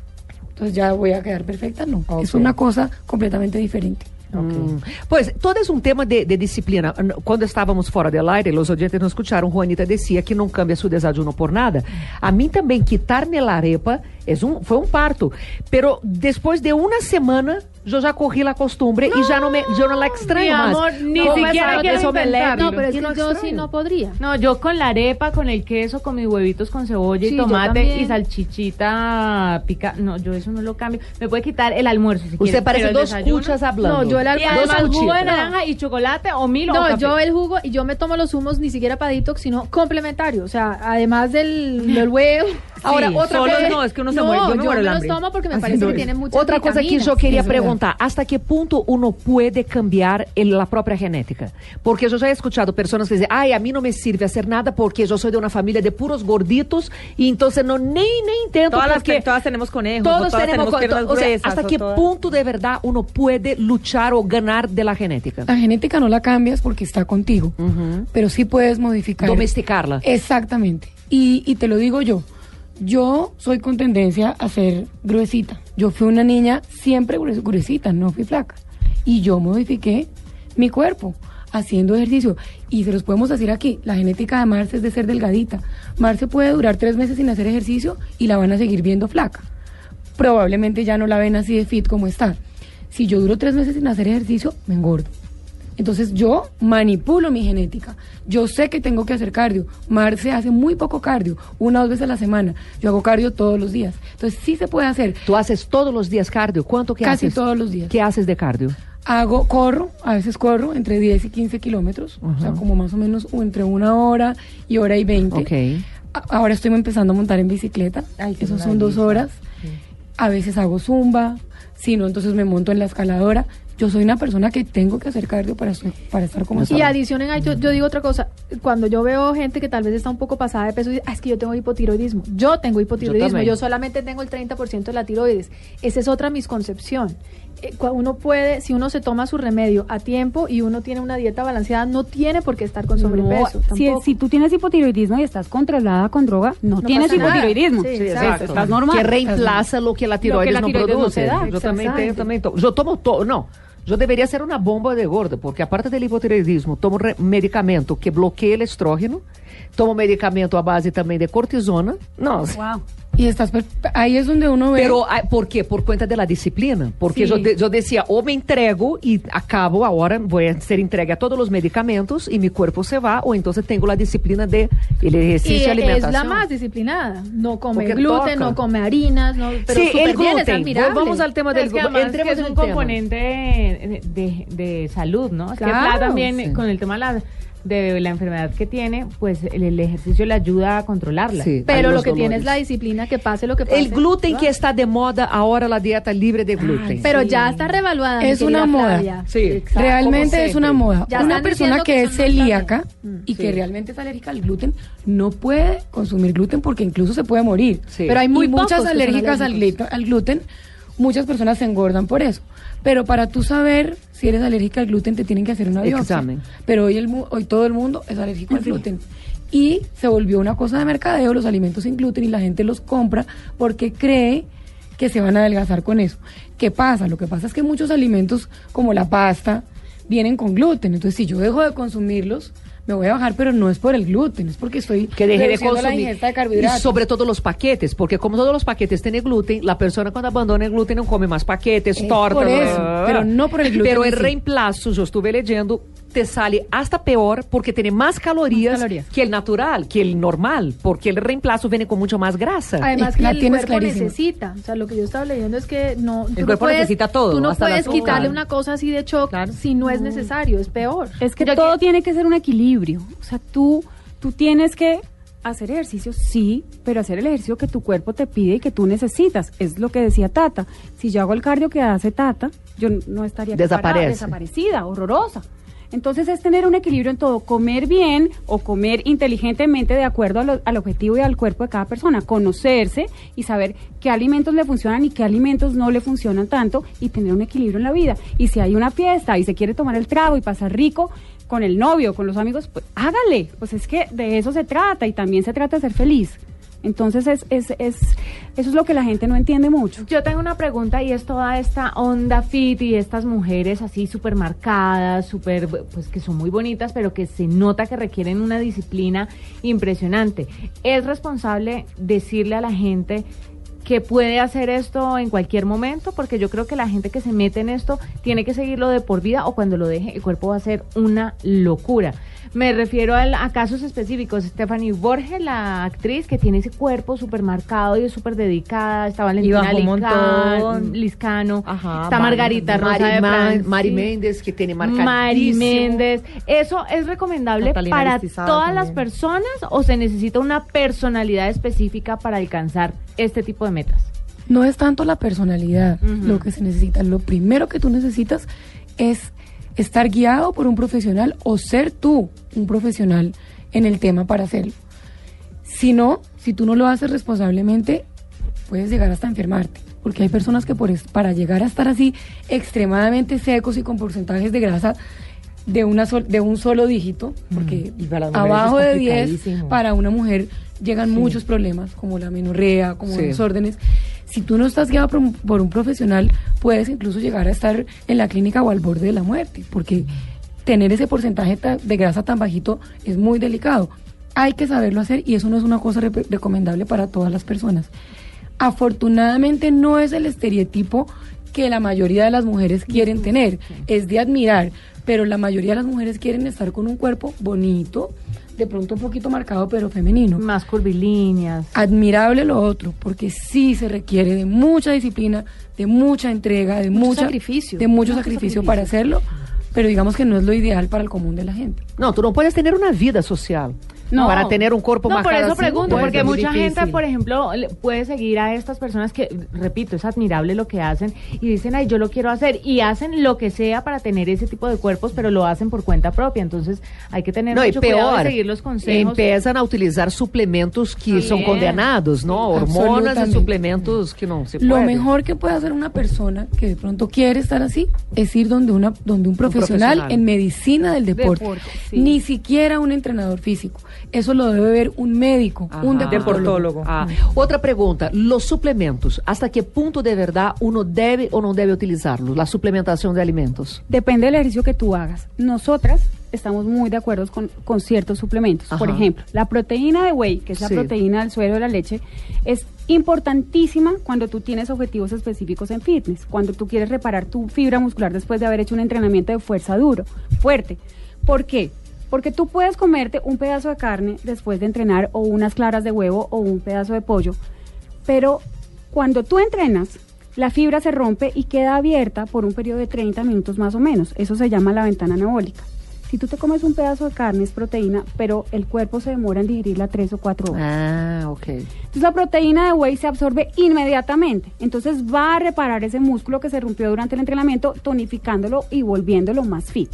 Speaker 5: entonces ya voy a quedar perfecta, no. Es
Speaker 3: Ok.
Speaker 5: una cosa completamente diferente.
Speaker 1: Hum. Pois, todo é um tema de, de disciplina. N- Quando estávamos fora del aire, os oyentes não escutaram, Juanita descia que não cambia seu desajuno por nada. A mim também, quitar-me la arepa es um, foi um parto. Pero depois de uma semana, eu já corri la costumbre e já não me eu não la extraño
Speaker 7: mi
Speaker 1: mais.
Speaker 7: amor, ni
Speaker 1: Não,
Speaker 7: siquiera
Speaker 1: mas
Speaker 7: quiero
Speaker 1: eso me
Speaker 7: inventar.
Speaker 1: lembro.
Speaker 2: no, pero es
Speaker 1: Y
Speaker 2: que
Speaker 1: no
Speaker 2: yo sí
Speaker 1: extraño.
Speaker 2: no podría.
Speaker 7: No, yo con la arepa, con el queso, con mis huevitos con cebolla
Speaker 2: Sí,
Speaker 7: y
Speaker 2: yo
Speaker 7: tomate
Speaker 2: también.
Speaker 7: y salchichita pica. No, yo eso no lo cambio. Me puede quitar el almuerzo si
Speaker 1: Usted
Speaker 7: quiere,
Speaker 1: parece
Speaker 7: pero el
Speaker 1: dos
Speaker 7: desayuno-
Speaker 1: cuchas hablando.
Speaker 2: No, yo el
Speaker 7: Y además
Speaker 1: dos
Speaker 7: jugo de
Speaker 1: cuchitas.
Speaker 7: naranja y chocolate o mil o
Speaker 2: No,
Speaker 7: café.
Speaker 2: yo el jugo y yo me tomo los humos ni siquiera para detox, sino complementario. O sea, además del, del huevo.
Speaker 1: Ahora,
Speaker 3: otra
Speaker 2: solo
Speaker 3: cosa- no, es que uno se muere, yo me
Speaker 2: yo
Speaker 3: muero del hambre.
Speaker 2: los tomo porque me
Speaker 1: Así
Speaker 2: parece
Speaker 1: no
Speaker 2: que
Speaker 1: es.
Speaker 2: tienen muchas
Speaker 1: Otra cosa que
Speaker 2: vitaminas.
Speaker 1: yo quería
Speaker 5: es verdad.
Speaker 1: preguntar, ¿hasta qué punto uno puede cambiar el- la propia genética? Porque yo ya he escuchado personas que dicen, ay, a mí no me sirve hacer nada porque yo soy de una familia de puros gorditos y entonces no, ni, ni intento
Speaker 3: Todas las
Speaker 1: porque
Speaker 3: que- todas tenemos conejos, o
Speaker 1: todos
Speaker 3: todas
Speaker 1: tenemos,
Speaker 3: tenemos
Speaker 1: co-
Speaker 3: piernas
Speaker 1: o sea,
Speaker 3: gruesas,
Speaker 1: ¿hasta
Speaker 3: o
Speaker 1: qué
Speaker 3: todas-
Speaker 1: punto de verdad uno puede luchar o ganar de la genética?
Speaker 5: La genética no la cambias porque está contigo,
Speaker 1: Ujú.
Speaker 5: pero sí puedes modificar.
Speaker 1: Domesticarla.
Speaker 5: Eh, Exactamente. Y, y te lo digo yo. Yo soy con tendencia a ser gruesita. Yo fui una niña siempre grues- gruesita, no fui flaca. Y yo modifiqué mi cuerpo haciendo ejercicio. Y se los podemos decir aquí, la genética de Marce es de ser delgadita. Marce puede durar tres meses sin hacer ejercicio y la van a seguir viendo flaca probablemente ya no la ven así de fit como está. Si yo duro tres meses sin hacer ejercicio, me engordo. Entonces yo manipulo mi genética. Yo sé que tengo que hacer cardio. Marce hace muy poco cardio, una o dos veces a la semana. Yo hago cardio todos los días. Entonces sí se puede hacer.
Speaker 1: ¿Tú haces todos los días cardio? ¿Cuánto que
Speaker 5: Casi
Speaker 1: haces?
Speaker 5: todos los días.
Speaker 1: ¿Qué haces de cardio?
Speaker 5: Hago, corro, a veces corro entre 10 y 15 kilómetros, o sea, como más o menos entre una hora y hora y 20.
Speaker 1: Ok.
Speaker 5: A- Ahora estoy empezando a montar en bicicleta,
Speaker 3: Ay, qué
Speaker 5: eso son dos
Speaker 3: maravilla.
Speaker 5: horas. A veces hago zumba, si no, entonces me monto en la escaladora. Yo soy una persona que tengo que hacer cardio para, su- para estar como
Speaker 2: Y
Speaker 5: soy.
Speaker 2: adicionen ahí, yo, yo digo otra cosa, cuando yo veo gente que tal vez está un poco pasada de peso, dice, "Ah, es que yo tengo hipotiroidismo, yo tengo hipotiroidismo,
Speaker 1: también.
Speaker 2: yo, solamente tengo el 30% de la tiroides. Esa es otra misconcepción. Eh, cua- Uno puede, si uno se toma su remedio a tiempo y uno tiene una dieta balanceada, no tiene por qué estar con sobrepeso.
Speaker 6: No, si,
Speaker 2: tampoco.
Speaker 6: si tú tienes hipotiroidismo y estás controlada con droga, no,
Speaker 2: No
Speaker 6: tienes
Speaker 2: pasa nada.
Speaker 6: hipotiroidismo.
Speaker 2: Sí, Sí,
Speaker 6: Estás-
Speaker 2: exacto.
Speaker 6: Estás normal.
Speaker 1: Que reemplaza lo que la tiroides
Speaker 6: la
Speaker 1: no
Speaker 6: tiroides no
Speaker 1: produce.
Speaker 6: te da,
Speaker 1: yo también tengo,
Speaker 2: exactamente.
Speaker 1: también to- Yo tomo todo, no. Yo debería ser una bomba de gorda, porque aparte del hipotiroidismo, tomo re- medicamento que bloquea el estrógeno, tomo medicamento a base también de cortisona. No,
Speaker 6: Wow.
Speaker 5: Y estás, per- ahí es donde uno ve...
Speaker 1: pero ah, ¿por qué? Por cuenta de la disciplina. Porque
Speaker 6: Sí.
Speaker 1: yo, de- yo decía, o me entrego y acabo ahora, voy a ser entregue a todos los medicamentos y mi cuerpo se va, o entonces tengo la disciplina de el
Speaker 2: Y
Speaker 1: ejercicio y
Speaker 2: es
Speaker 1: alimentación.
Speaker 2: la más disciplinada. No come
Speaker 1: Porque
Speaker 2: gluten,
Speaker 1: toca.
Speaker 2: no come harinas, no, pero
Speaker 1: sí, el
Speaker 2: súper bien, es
Speaker 1: gluten.
Speaker 2: admirable.
Speaker 1: Vamos al tema del
Speaker 7: Es que
Speaker 1: gluten.
Speaker 7: además que
Speaker 1: Entremos
Speaker 7: es
Speaker 1: en
Speaker 7: un
Speaker 1: el tema.
Speaker 7: componente de, de- de salud, ¿no? Es que
Speaker 5: Claro,
Speaker 7: Fla también
Speaker 5: sí.
Speaker 7: con el tema la- de la enfermedad que tiene, pues el, el ejercicio le ayuda a controlarla.
Speaker 1: Sí.
Speaker 2: Pero
Speaker 1: Hay
Speaker 2: lo
Speaker 1: los
Speaker 2: que tiene
Speaker 1: dolores.
Speaker 2: es la disciplina que pase lo que pase.
Speaker 1: El gluten que está de moda ahora, la dieta libre de gluten.
Speaker 2: Pero ya está revaluada. mi
Speaker 5: Es
Speaker 2: querida
Speaker 5: una moda.
Speaker 2: Flavia.
Speaker 1: Sí. Exacto,
Speaker 5: Realmente
Speaker 1: como
Speaker 5: es una
Speaker 1: siempre.
Speaker 5: moda.
Speaker 2: Ya
Speaker 5: una
Speaker 2: están
Speaker 5: persona
Speaker 2: diciendo
Speaker 5: que,
Speaker 2: que
Speaker 5: es
Speaker 2: son muy Mm,
Speaker 5: celíaca y que realmente es alérgica al gluten no puede consumir gluten porque incluso se puede morir.
Speaker 1: Sí.
Speaker 5: Pero hay muy
Speaker 2: Y pocos que
Speaker 5: muchas
Speaker 2: son
Speaker 5: alérgicas al, glito- al gluten. Muchas personas se engordan por eso. Pero para tú saber si eres alérgica al gluten te tienen que hacer una biopsia.
Speaker 1: Examen.
Speaker 5: Pero hoy, el, mu- hoy todo el mundo es alérgico al gluten. Y se volvió una cosa de mercadeo los alimentos sin gluten y la gente los compra porque cree que se van a adelgazar con eso. ¿Qué pasa? Lo que pasa es que muchos alimentos como la pasta vienen con gluten. Entonces, si yo dejo de consumirlos, me voy a bajar, pero no es por el gluten, es porque estoy
Speaker 1: que deje de
Speaker 5: reduciendo
Speaker 1: consumir.
Speaker 5: la ingesta de carbohidratos.
Speaker 1: Y sobre todo los paquetes, porque como todos los paquetes tienen gluten, la persona cuando abandona el gluten no come más paquetes,
Speaker 5: Es
Speaker 1: tortas.
Speaker 5: por eso,
Speaker 1: bla, bla, bla.
Speaker 5: pero no por el gluten
Speaker 1: Pero
Speaker 5: en
Speaker 1: el
Speaker 5: sí.
Speaker 1: reemplazo, yo estuve leyendo, te sale hasta peor porque tiene más calorías,
Speaker 4: Más calorías.
Speaker 1: que el natural, que el normal, porque el reemplazo viene con mucho más grasa.
Speaker 2: Además
Speaker 5: Y
Speaker 2: que
Speaker 5: la
Speaker 2: el
Speaker 5: tienes
Speaker 2: cuerpo
Speaker 5: clarísima.
Speaker 2: necesita, o sea, lo que yo estaba leyendo es que no, tú no
Speaker 3: cuerpo
Speaker 2: puedes-
Speaker 3: necesita todo,
Speaker 2: Tú no
Speaker 3: hasta el
Speaker 2: puedes
Speaker 3: azúcar.
Speaker 2: quitarle una cosa así de shock si no es necesario, es peor.
Speaker 6: Es que
Speaker 7: Yo
Speaker 6: todo
Speaker 7: que-
Speaker 6: tiene que ser un equilibrio. O sea, tú, tú tienes que hacer ejercicio, sí, pero hacer el ejercicio que tu cuerpo te pide y que tú necesitas. Es lo que decía Tata. Si yo hago el cardio que hace Tata, yo n- no estaría aquí
Speaker 1: Desaparece.
Speaker 6: parada, desaparecida, horrorosa. Entonces es tener un equilibrio en todo, comer bien o comer inteligentemente de acuerdo a lo- al objetivo y al cuerpo de cada persona, conocerse y saber qué alimentos le funcionan y qué alimentos no le funcionan tanto y tener un equilibrio en la vida. Y si hay una fiesta y se quiere tomar el trago y pasar rico con el novio, con los amigos, pues hágale, pues es que de eso se trata y también se trata de ser feliz. Entonces es, es, es, eso es lo que la gente no entiende mucho.
Speaker 7: Yo tengo una pregunta y es toda esta onda fit y estas mujeres así súper marcadas, súper, pues que son muy bonitas, pero que se nota que requieren una disciplina impresionante. ¿Es responsable decirle a la gente que puede hacer esto en cualquier momento? Porque yo creo que la gente que se mete en esto tiene que seguirlo de por vida o cuando lo deje el cuerpo va a ser una locura. Me refiero al- a casos específicos. Stephanie Borges, la actriz que tiene ese cuerpo súper marcado y es súper dedicada, estaba en
Speaker 3: Y
Speaker 7: Valentina
Speaker 3: bajó un
Speaker 7: Licán,
Speaker 3: montón.
Speaker 7: Liscano,
Speaker 3: Ajá,
Speaker 7: está
Speaker 3: Mari-
Speaker 7: Margarita Rosa
Speaker 1: Mari,
Speaker 7: de
Speaker 1: Ma-
Speaker 7: Francis,
Speaker 1: Mari Méndez, que tiene marcadísimo.
Speaker 7: Mari Méndez. ¿Eso es recomendable
Speaker 3: Catalina
Speaker 7: para
Speaker 3: Aristizábal
Speaker 7: todas
Speaker 3: también.
Speaker 7: las personas o se necesita una personalidad específica para alcanzar este tipo de metas?
Speaker 5: No es tanto la personalidad
Speaker 7: Ujú.
Speaker 5: lo que se necesita. Lo primero que tú necesitas es estar guiado por un profesional o ser tú un profesional en el tema para hacerlo. Si no, si tú no lo haces responsablemente, puedes llegar hasta enfermarte. Porque hay personas que por es- para llegar a estar así extremadamente secos y con porcentajes de grasa de, una sol- de un solo dígito, porque
Speaker 3: y para las mujeres
Speaker 5: abajo
Speaker 3: es
Speaker 5: de 10,
Speaker 3: complicadísimo.
Speaker 5: para una mujer llegan muchos problemas, como la menorrea, como
Speaker 1: Sí.
Speaker 5: los órdenes. Si tú no estás guiado por un, por un profesional, puedes incluso llegar a estar en la clínica o al borde de la muerte, porque tener ese porcentaje ta- de grasa tan bajito es muy delicado. Hay que saberlo hacer y eso no es una cosa re- recomendable para todas las personas. Afortunadamente no es el estereotipo que la mayoría de las mujeres quieren tener, es de admirar, pero la mayoría de las mujeres quieren estar con un cuerpo bonito, de pronto un poquito marcado, pero femenino
Speaker 7: Más curvilíneas.
Speaker 5: admirable lo otro, porque sí se requiere de mucha disciplina, de mucha entrega, de
Speaker 2: Mucho
Speaker 5: mucha-
Speaker 2: sacrificio.
Speaker 5: de mucho
Speaker 2: Mucho
Speaker 5: sacrificio para hacerlo, pero digamos que no es lo ideal para el común de la gente.
Speaker 1: No, tú no puedes tener una vida social.
Speaker 6: No.
Speaker 1: Para tener un cuerpo
Speaker 7: No, por
Speaker 1: marcado
Speaker 7: eso
Speaker 1: así,
Speaker 7: pregunto,
Speaker 1: puede
Speaker 7: porque
Speaker 1: ser muy
Speaker 7: mucha gente,
Speaker 1: difícil.
Speaker 7: por ejemplo, le- puede seguir a estas personas que, repito, es admirable lo que hacen y dicen, ay, yo lo quiero hacer y hacen lo que sea para tener ese tipo de cuerpos, pero lo hacen por cuenta propia. Entonces hay que tener
Speaker 1: Não, e
Speaker 7: mucho cuidado de
Speaker 1: pior,
Speaker 7: seguir los consejos.
Speaker 1: empiezan a utilizar suplementos que
Speaker 7: También.
Speaker 1: são condenados, não? Hormonas e
Speaker 5: Absolutamente.
Speaker 1: suplementos que não se
Speaker 5: Lo
Speaker 1: podem.
Speaker 5: mejor que puede hacer una persona que de pronto quiere estar así es ir donde, una, donde un, profesional
Speaker 1: profesional.
Speaker 5: en medicina del deporte,
Speaker 6: Deporte, sí.
Speaker 5: ni siquiera un entrenador físico. Eso lo debe ver un médico, un
Speaker 1: Ajá.
Speaker 5: deportólogo.
Speaker 1: Ah. Otra pregunta, los suplementos, ¿hasta qué punto de verdad uno debe o no debe utilizarlos? La suplementación de alimentos.
Speaker 6: Depende del ejercicio que tú hagas. Nosotras estamos muy de acuerdo con, con ciertos suplementos. Por
Speaker 1: Ajá.
Speaker 6: ejemplo, la proteína de whey, que es la
Speaker 1: Sí.
Speaker 6: proteína del suero de la leche, es importantísima cuando tú tienes objetivos específicos en fitness, cuando tú quieres reparar tu fibra muscular después de haber hecho un entrenamiento de fuerza duro, fuerte. ¿Por qué? Porque tú puedes comerte un pedazo de carne después de entrenar o unas claras de huevo o un pedazo de pollo, pero cuando tú entrenas, la fibra se rompe y queda abierta por un periodo de 30 minutos más o menos. Eso se llama la ventana anabólica. Si tú te comes un pedazo de carne, es proteína, pero el cuerpo se demora en digerirla 3 o 4 horas.
Speaker 1: Ah, ok.
Speaker 6: Entonces la proteína de whey se absorbe inmediatamente. Entonces va a reparar ese músculo que se rompió durante el entrenamiento, tonificándolo y volviéndolo más fit.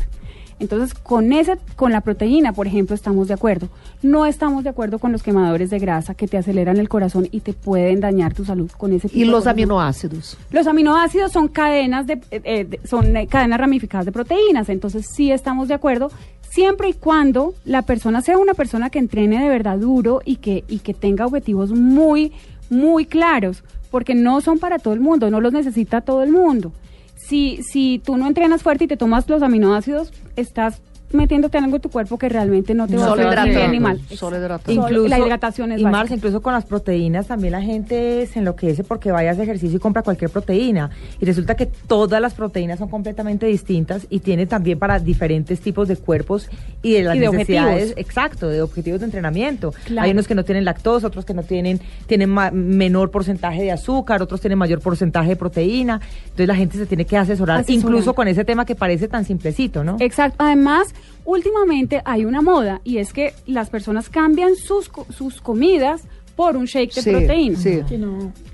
Speaker 6: Entonces con ese, con la proteína, por ejemplo, estamos de acuerdo. No estamos de acuerdo con los quemadores de grasa que te aceleran el corazón y te pueden dañar tu salud con ese tipo
Speaker 1: E
Speaker 6: de
Speaker 1: los
Speaker 6: cosas.
Speaker 1: aminoácidos?
Speaker 6: Los aminoácidos son cadenas de, eh, eh, de- son eh, cadenas ramificadas de proteínas, entonces sí estamos de acuerdo siempre y cuando la persona sea una persona que entrene de verdad duro y que y que tenga objetivos muy muy claros, porque no son para todo el mundo, no los necesita todo el mundo. Si si tú no entrenas fuerte y te tomas los aminoácidos, estás metiéndote algo en tu cuerpo que realmente no te va a
Speaker 1: Solo
Speaker 6: hacer
Speaker 1: hidratante.
Speaker 6: bien ni mal.
Speaker 1: Solo hidratante.
Speaker 6: Incluso, la hidratación es
Speaker 3: y
Speaker 6: básica.
Speaker 3: Marcia, incluso con las proteínas también la gente se enloquece porque vaya a hacer ejercicio y compra cualquier proteína y resulta que todas las proteínas son completamente distintas y tiene también para diferentes tipos de cuerpos y de las
Speaker 6: Y de
Speaker 3: necesidades
Speaker 6: objetivos.
Speaker 3: exacto de objetivos de entrenamiento
Speaker 6: Claro.
Speaker 3: hay unos que no tienen lactosa otros que no tienen tienen ma- menor porcentaje de azúcar otros tienen mayor porcentaje de proteína entonces la gente se tiene que asesorar,
Speaker 6: Asesorar.
Speaker 3: incluso con ese tema que parece tan simplecito
Speaker 7: Eh,
Speaker 3: no
Speaker 6: Exacto. Además, últimamente hay una moda y es que las personas cambian sus, co- sus comidas por un shake de
Speaker 1: Sí,
Speaker 6: proteína.
Speaker 1: sí.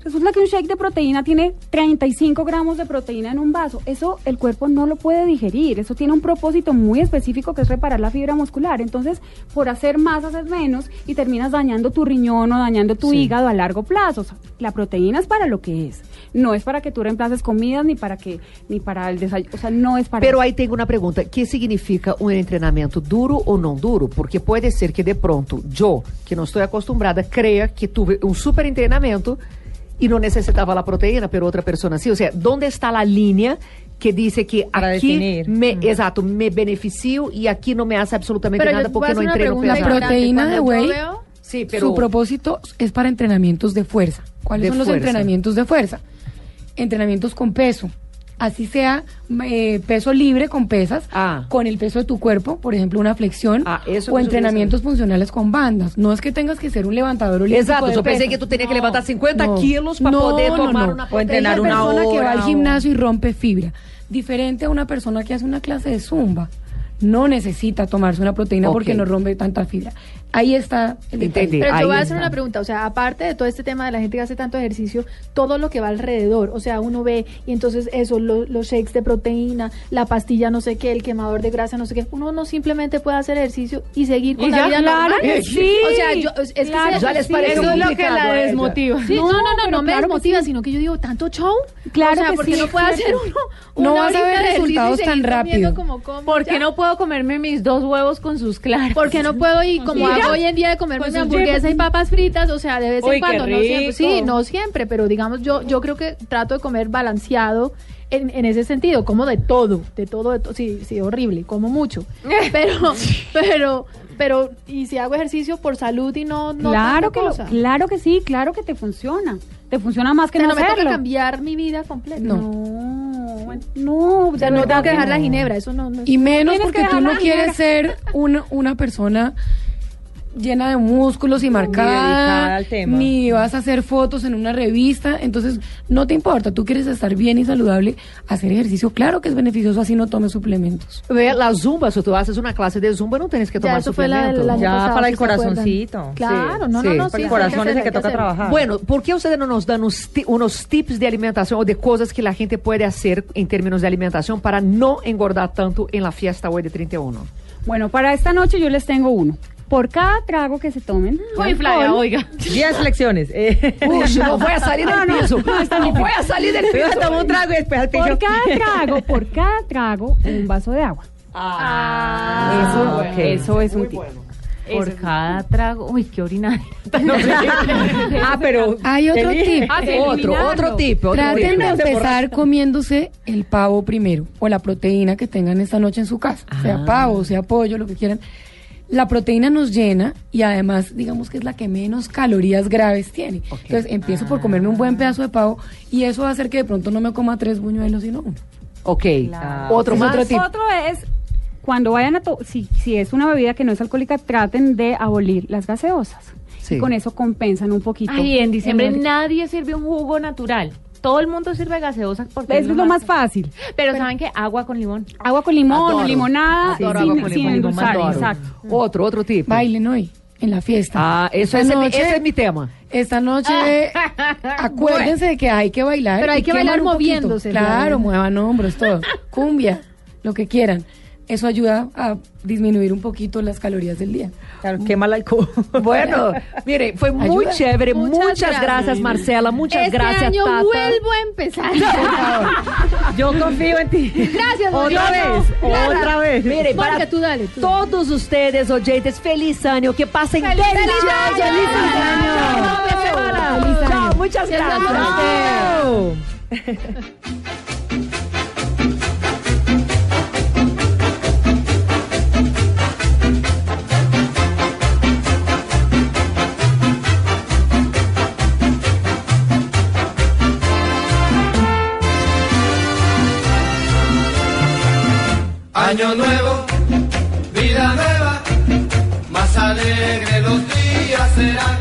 Speaker 6: Resulta que un shake de proteína tiene 35 gramos de proteína en un vaso. Eso el cuerpo no lo puede digerir. Eso tiene un propósito muy específico que es reparar la fibra muscular. Entonces, por hacer más, haces menos y terminas dañando tu riñón o dañando tu
Speaker 1: Sí.
Speaker 6: hígado a largo plazo. O sea, la proteína es para lo que es. No es para que tú reemplaces comidas ni para que ni para el desayuno. O sea, no es para
Speaker 1: Pero
Speaker 6: eso.
Speaker 1: aí tem uma pergunta, que significa um treinamento duro ou não duro? Porque pode ser que de pronto, eu, que não estou acostumbrada, creia que tive um super treinamento e não necessitava la proteína, pero outra pessoa sim. Ou seja, onde está a linha que dice que
Speaker 3: Para
Speaker 1: aqui
Speaker 3: definir. Hum.
Speaker 1: me, exato, me beneficio e aqui não me hace absolutamente
Speaker 2: Pero yo
Speaker 1: nada
Speaker 2: te voy a
Speaker 1: porque
Speaker 2: hacer
Speaker 1: não
Speaker 2: una
Speaker 1: entreno
Speaker 2: pregunta
Speaker 1: pesado.
Speaker 2: importante.
Speaker 5: Proteína
Speaker 2: Cuando
Speaker 5: de
Speaker 2: yo
Speaker 5: whey.
Speaker 2: veo-
Speaker 1: Sim,
Speaker 5: Su propósito es para entrenamientos de fuerza. ¿Cuáles
Speaker 1: De
Speaker 5: son los
Speaker 1: fuerza.
Speaker 5: entrenamientos de fuerza? Entrenamientos con peso. Así sea eh, peso libre con pesas,
Speaker 1: Ah.
Speaker 5: con el peso de tu cuerpo, por ejemplo, una flexión,
Speaker 1: Ah, eso
Speaker 5: o
Speaker 1: que yo
Speaker 5: entrenamientos funcionales con bandas. No es que tengas que ser un levantador olímpico.
Speaker 1: Exato,
Speaker 5: de
Speaker 1: eu pensei
Speaker 5: pesas.
Speaker 1: que tu teria que levantar 50
Speaker 5: No.
Speaker 1: quilos para
Speaker 5: No,
Speaker 1: poder
Speaker 5: no,
Speaker 1: tomar
Speaker 5: no.
Speaker 1: uma
Speaker 3: O
Speaker 1: proteína.
Speaker 3: entrenar
Speaker 5: es la
Speaker 3: una
Speaker 5: persona que va al
Speaker 3: hora,
Speaker 5: gimnasio y rompe fibra. Diferente a una persona que hace una clase de zumba. No necesita tomarse una proteína
Speaker 1: Ok.
Speaker 5: porque no rompe tanta fibra. Ahí está el detalle.
Speaker 1: Entendí.
Speaker 2: Pero
Speaker 1: Ahí
Speaker 2: yo voy a
Speaker 1: está.
Speaker 2: hacer una pregunta, o sea, aparte de todo este tema de la gente que hace tanto ejercicio, todo lo que va alrededor, o sea, uno ve y entonces eso, lo- los shakes de proteína, la pastilla no sé qué, el quemador de grasa no sé qué, uno no simplemente puede hacer ejercicio y seguir con
Speaker 7: Y
Speaker 2: la
Speaker 7: ya,
Speaker 2: vida
Speaker 7: claro
Speaker 2: normal.
Speaker 7: que sí.
Speaker 2: O sea, yo, es es
Speaker 7: Claro,
Speaker 2: que
Speaker 1: ya les
Speaker 2: sí.
Speaker 1: parece
Speaker 7: Eso es lo que
Speaker 1: complicado
Speaker 7: la
Speaker 1: a ella.
Speaker 7: desmotiva.
Speaker 2: Sí, no, no, no,
Speaker 6: pero
Speaker 2: no me
Speaker 6: claro que
Speaker 2: desmotiva, sino que yo digo, tanto show.
Speaker 6: Claro
Speaker 2: o sea,
Speaker 6: que
Speaker 2: porque
Speaker 6: sí.
Speaker 2: no puede hacer uno.
Speaker 5: No
Speaker 2: una
Speaker 5: vas a
Speaker 2: horita de
Speaker 5: ver
Speaker 2: ejercicio y
Speaker 5: resultados tan
Speaker 2: seguir comiendo
Speaker 5: rápido.
Speaker 2: como como,
Speaker 7: ¿Por qué
Speaker 2: ya.
Speaker 7: no puedo comerme mis dos huevos con sus claras?
Speaker 2: Porque no puedo y como
Speaker 7: sus
Speaker 2: hago
Speaker 7: chips.
Speaker 2: hoy en día de comerme
Speaker 7: Con
Speaker 2: mi
Speaker 7: sus
Speaker 2: hamburguesa
Speaker 7: chips.
Speaker 2: y papas fritas, o sea, de vez
Speaker 7: Uy,
Speaker 2: en cuando,
Speaker 7: qué
Speaker 2: no siempre. Sí,
Speaker 7: rico.
Speaker 2: no siempre, pero digamos, yo, yo creo que trato de comer balanceado en, en ese sentido, como de todo, de todo, de to- sí, sí, horrible, como mucho. Pero, pero, pero, y si hago ejercicio por salud y no, no
Speaker 6: claro
Speaker 2: tanta
Speaker 6: que lo-
Speaker 2: cosa.
Speaker 6: claro que sí, claro que te funciona. Te funciona más que
Speaker 2: O sea,
Speaker 6: no,
Speaker 2: no me toca
Speaker 6: hacerlo.
Speaker 2: cambiar mi vida completa.
Speaker 5: No.
Speaker 6: No, bueno, no,
Speaker 2: O sea, no tengo que dejar la ginebra, eso no, no es-
Speaker 5: Y menos
Speaker 6: Tienes que
Speaker 5: porque tú no
Speaker 6: dejarla
Speaker 5: quieres ser una, una persona llena de músculos y
Speaker 3: dedicada
Speaker 5: marcada,
Speaker 3: al tema.
Speaker 5: ni vas a hacer fotos en una revista, entonces no te importa, tú quieres estar bien y saludable, hacer ejercicio, claro que es beneficioso, así no tomes suplementos.
Speaker 1: Ve, la zumba, se tu haces uma classe de zumba, não tens que
Speaker 2: Ya,
Speaker 1: tomar
Speaker 2: eso fue la,
Speaker 1: suplemento.
Speaker 2: del año
Speaker 3: Ya,
Speaker 2: pasado,
Speaker 3: para
Speaker 2: si
Speaker 3: el
Speaker 2: se acuerdan.
Speaker 3: corazoncito.
Speaker 2: Claro,
Speaker 1: Sí,
Speaker 2: no,
Speaker 1: sí.
Speaker 2: no, no.
Speaker 1: Para
Speaker 2: sí,
Speaker 1: el
Speaker 2: hay
Speaker 3: corazón es el
Speaker 2: hacerlo,
Speaker 3: que
Speaker 2: hay
Speaker 3: toca
Speaker 2: hacerlo.
Speaker 3: trabajar.
Speaker 1: Bueno, ¿por qué ustedes no nos dan uns ti- unos tips de alimentación o de cosas que la gente puede hacer en términos de alimentación para no engordar tanto en la fiesta hoy de 31?
Speaker 6: Bueno, para esta noche yo les tengo uno. Por cada trago que se tomen, de
Speaker 7: Uy,
Speaker 6: alcohol,
Speaker 7: Flavia, oiga.
Speaker 3: 10 flexiones. Eh.
Speaker 1: Puxa, não vai a salir del piso. Não vai a salir del piso.
Speaker 3: Primero toma un trago y después al techo.
Speaker 6: por cada trago, por cada trago, un vaso de agua.
Speaker 7: Ah,
Speaker 3: ok.
Speaker 7: eso es un tip. Por cada trago. Uy, qué orinaria. Tan horrible.
Speaker 3: Ah, pero.
Speaker 5: Hay otro
Speaker 3: Eli-
Speaker 5: tip.
Speaker 7: Ah, sí,
Speaker 1: Outro,
Speaker 7: eliminarlo.
Speaker 1: outro tipo. outro
Speaker 5: Traten
Speaker 1: tipo.
Speaker 5: de
Speaker 3: Claro, se
Speaker 5: empezar comiéndose el pavo primero o la proteína que tengan esta noche en su casa, sea
Speaker 1: Ah.
Speaker 5: pavo, sea pollo, lo que quieran. La proteína nos llena y además digamos que es la que menos calorías graves tiene. Entonces empiezo por comerme un
Speaker 1: Ah.
Speaker 5: buen pedazo de pavo y eso va a hacer que de pronto no me coma tres buñuelos sino uno.
Speaker 1: Ok. Outro
Speaker 5: Es
Speaker 1: mais?
Speaker 5: otro tipo.
Speaker 6: Otro es, cuando vayan a to- si, si es una bebida que no es alcohólica, traten de abolir las gaseosas.
Speaker 1: Sí.
Speaker 6: Y con eso compensan un poquito.
Speaker 7: Ay, en diciembre
Speaker 6: engorda.
Speaker 7: nadie sirve un jugo natural. Todo el mundo sirve gaseosa porque
Speaker 6: Eso es lo más fácil.
Speaker 7: Pero, ¿saben qué? Agua con limón.
Speaker 6: Agua con limón
Speaker 1: Adoro.
Speaker 6: o limonada
Speaker 1: Adoro
Speaker 6: sin,
Speaker 1: água com
Speaker 6: sin
Speaker 1: limão,
Speaker 6: endulzar,
Speaker 1: adoro.
Speaker 6: exacto.
Speaker 1: Outro, outro tipo.
Speaker 5: Bailen hoy en la fiesta.
Speaker 1: Ah, eso es,
Speaker 5: Esta
Speaker 1: mi-
Speaker 5: noche-
Speaker 1: ese es mi tema.
Speaker 5: Esta noche acuérdense de que hay que bailar.
Speaker 2: Pero hay
Speaker 5: y
Speaker 2: que
Speaker 5: queman
Speaker 2: bailar
Speaker 5: un poquito.
Speaker 2: moviéndose,
Speaker 5: Claro,
Speaker 2: realmente.
Speaker 5: muevan hombros, todo. Cumbia, lo que quieran. Eso ayuda a disminuir un poquito las calorías del día.
Speaker 3: Claro, qué mal alcohol.
Speaker 1: Bueno, miren, foi muito
Speaker 5: Ajuda.
Speaker 1: chévere.
Speaker 2: Muchas
Speaker 1: Muchas
Speaker 2: gracias.
Speaker 1: gracias, Marcela. Muchas
Speaker 2: Este
Speaker 1: gracias,
Speaker 2: año
Speaker 1: Tata.
Speaker 2: vuelvo a empezar.
Speaker 3: Yo confío en ti.
Speaker 2: Gracias,
Speaker 3: Otra
Speaker 2: Mariano.
Speaker 3: vez,
Speaker 2: Gracias.
Speaker 3: otra vez.
Speaker 1: Mire,
Speaker 2: Mónica,
Speaker 1: para
Speaker 2: tú dale, tú.
Speaker 1: todos ustedes, oyentes, feliz año, que pasen
Speaker 2: ¡Feliz
Speaker 1: delicioso
Speaker 2: año!
Speaker 1: ¡Feliz año!
Speaker 2: ¡Feliz
Speaker 1: ¡Feliz semana!
Speaker 2: año!
Speaker 1: Chao, muchas
Speaker 2: ¡Feliz año!
Speaker 1: gracias.
Speaker 8: Año nuevo, vida nueva, más alegre los días serán.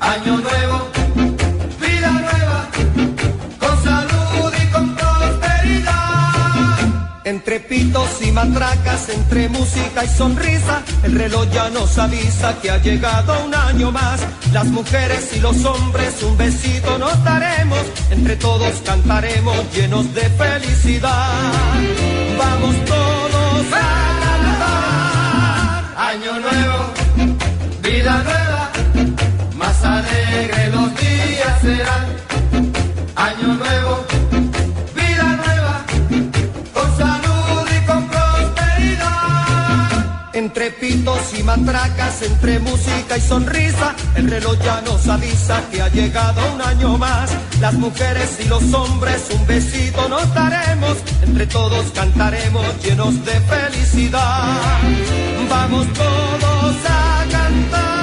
Speaker 8: Año nuevo, vida nueva, con salud y con prosperidad. Entre pitos y matracas, entre música y sonrisa, el reloj ya nos avisa que ha llegado un año más. Las mujeres y los hombres un besito nos daremos, entre todos cantaremos llenos de felicidad. Vamos todos a cantar. Año nuevo, vida nueva, más alegre los días serán. Año nuevo, vida nueva, con salud y con prosperidad. Entre pitos y matracas, entre música y sonrisa, el reloj ya nos avisa que ha llegado un año más. Las mujeres y los hombres un besito nos daremos, entre todos cantaremos llenos de felicidad. Vamos todos a cantar.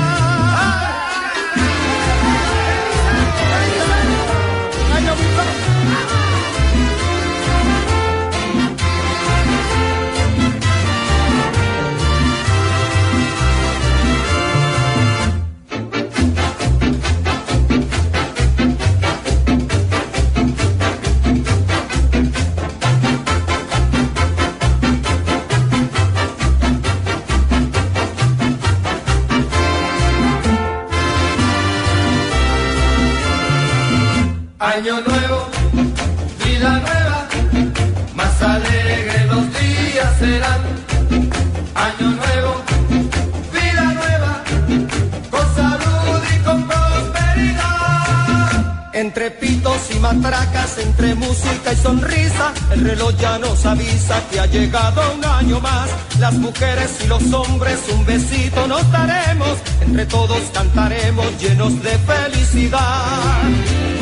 Speaker 8: Año nuevo, vida nueva, más alegre los días serán. Año nuevo, vida nueva, con salud y con prosperidad. Entre pitos y matracas, entre música y sonrisa, el reloj ya nos avisa que ha llegado un año más. Las mujeres y los hombres un besito nos daremos, entre todos cantaremos llenos de felicidad.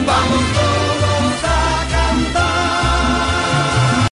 Speaker 8: Vamos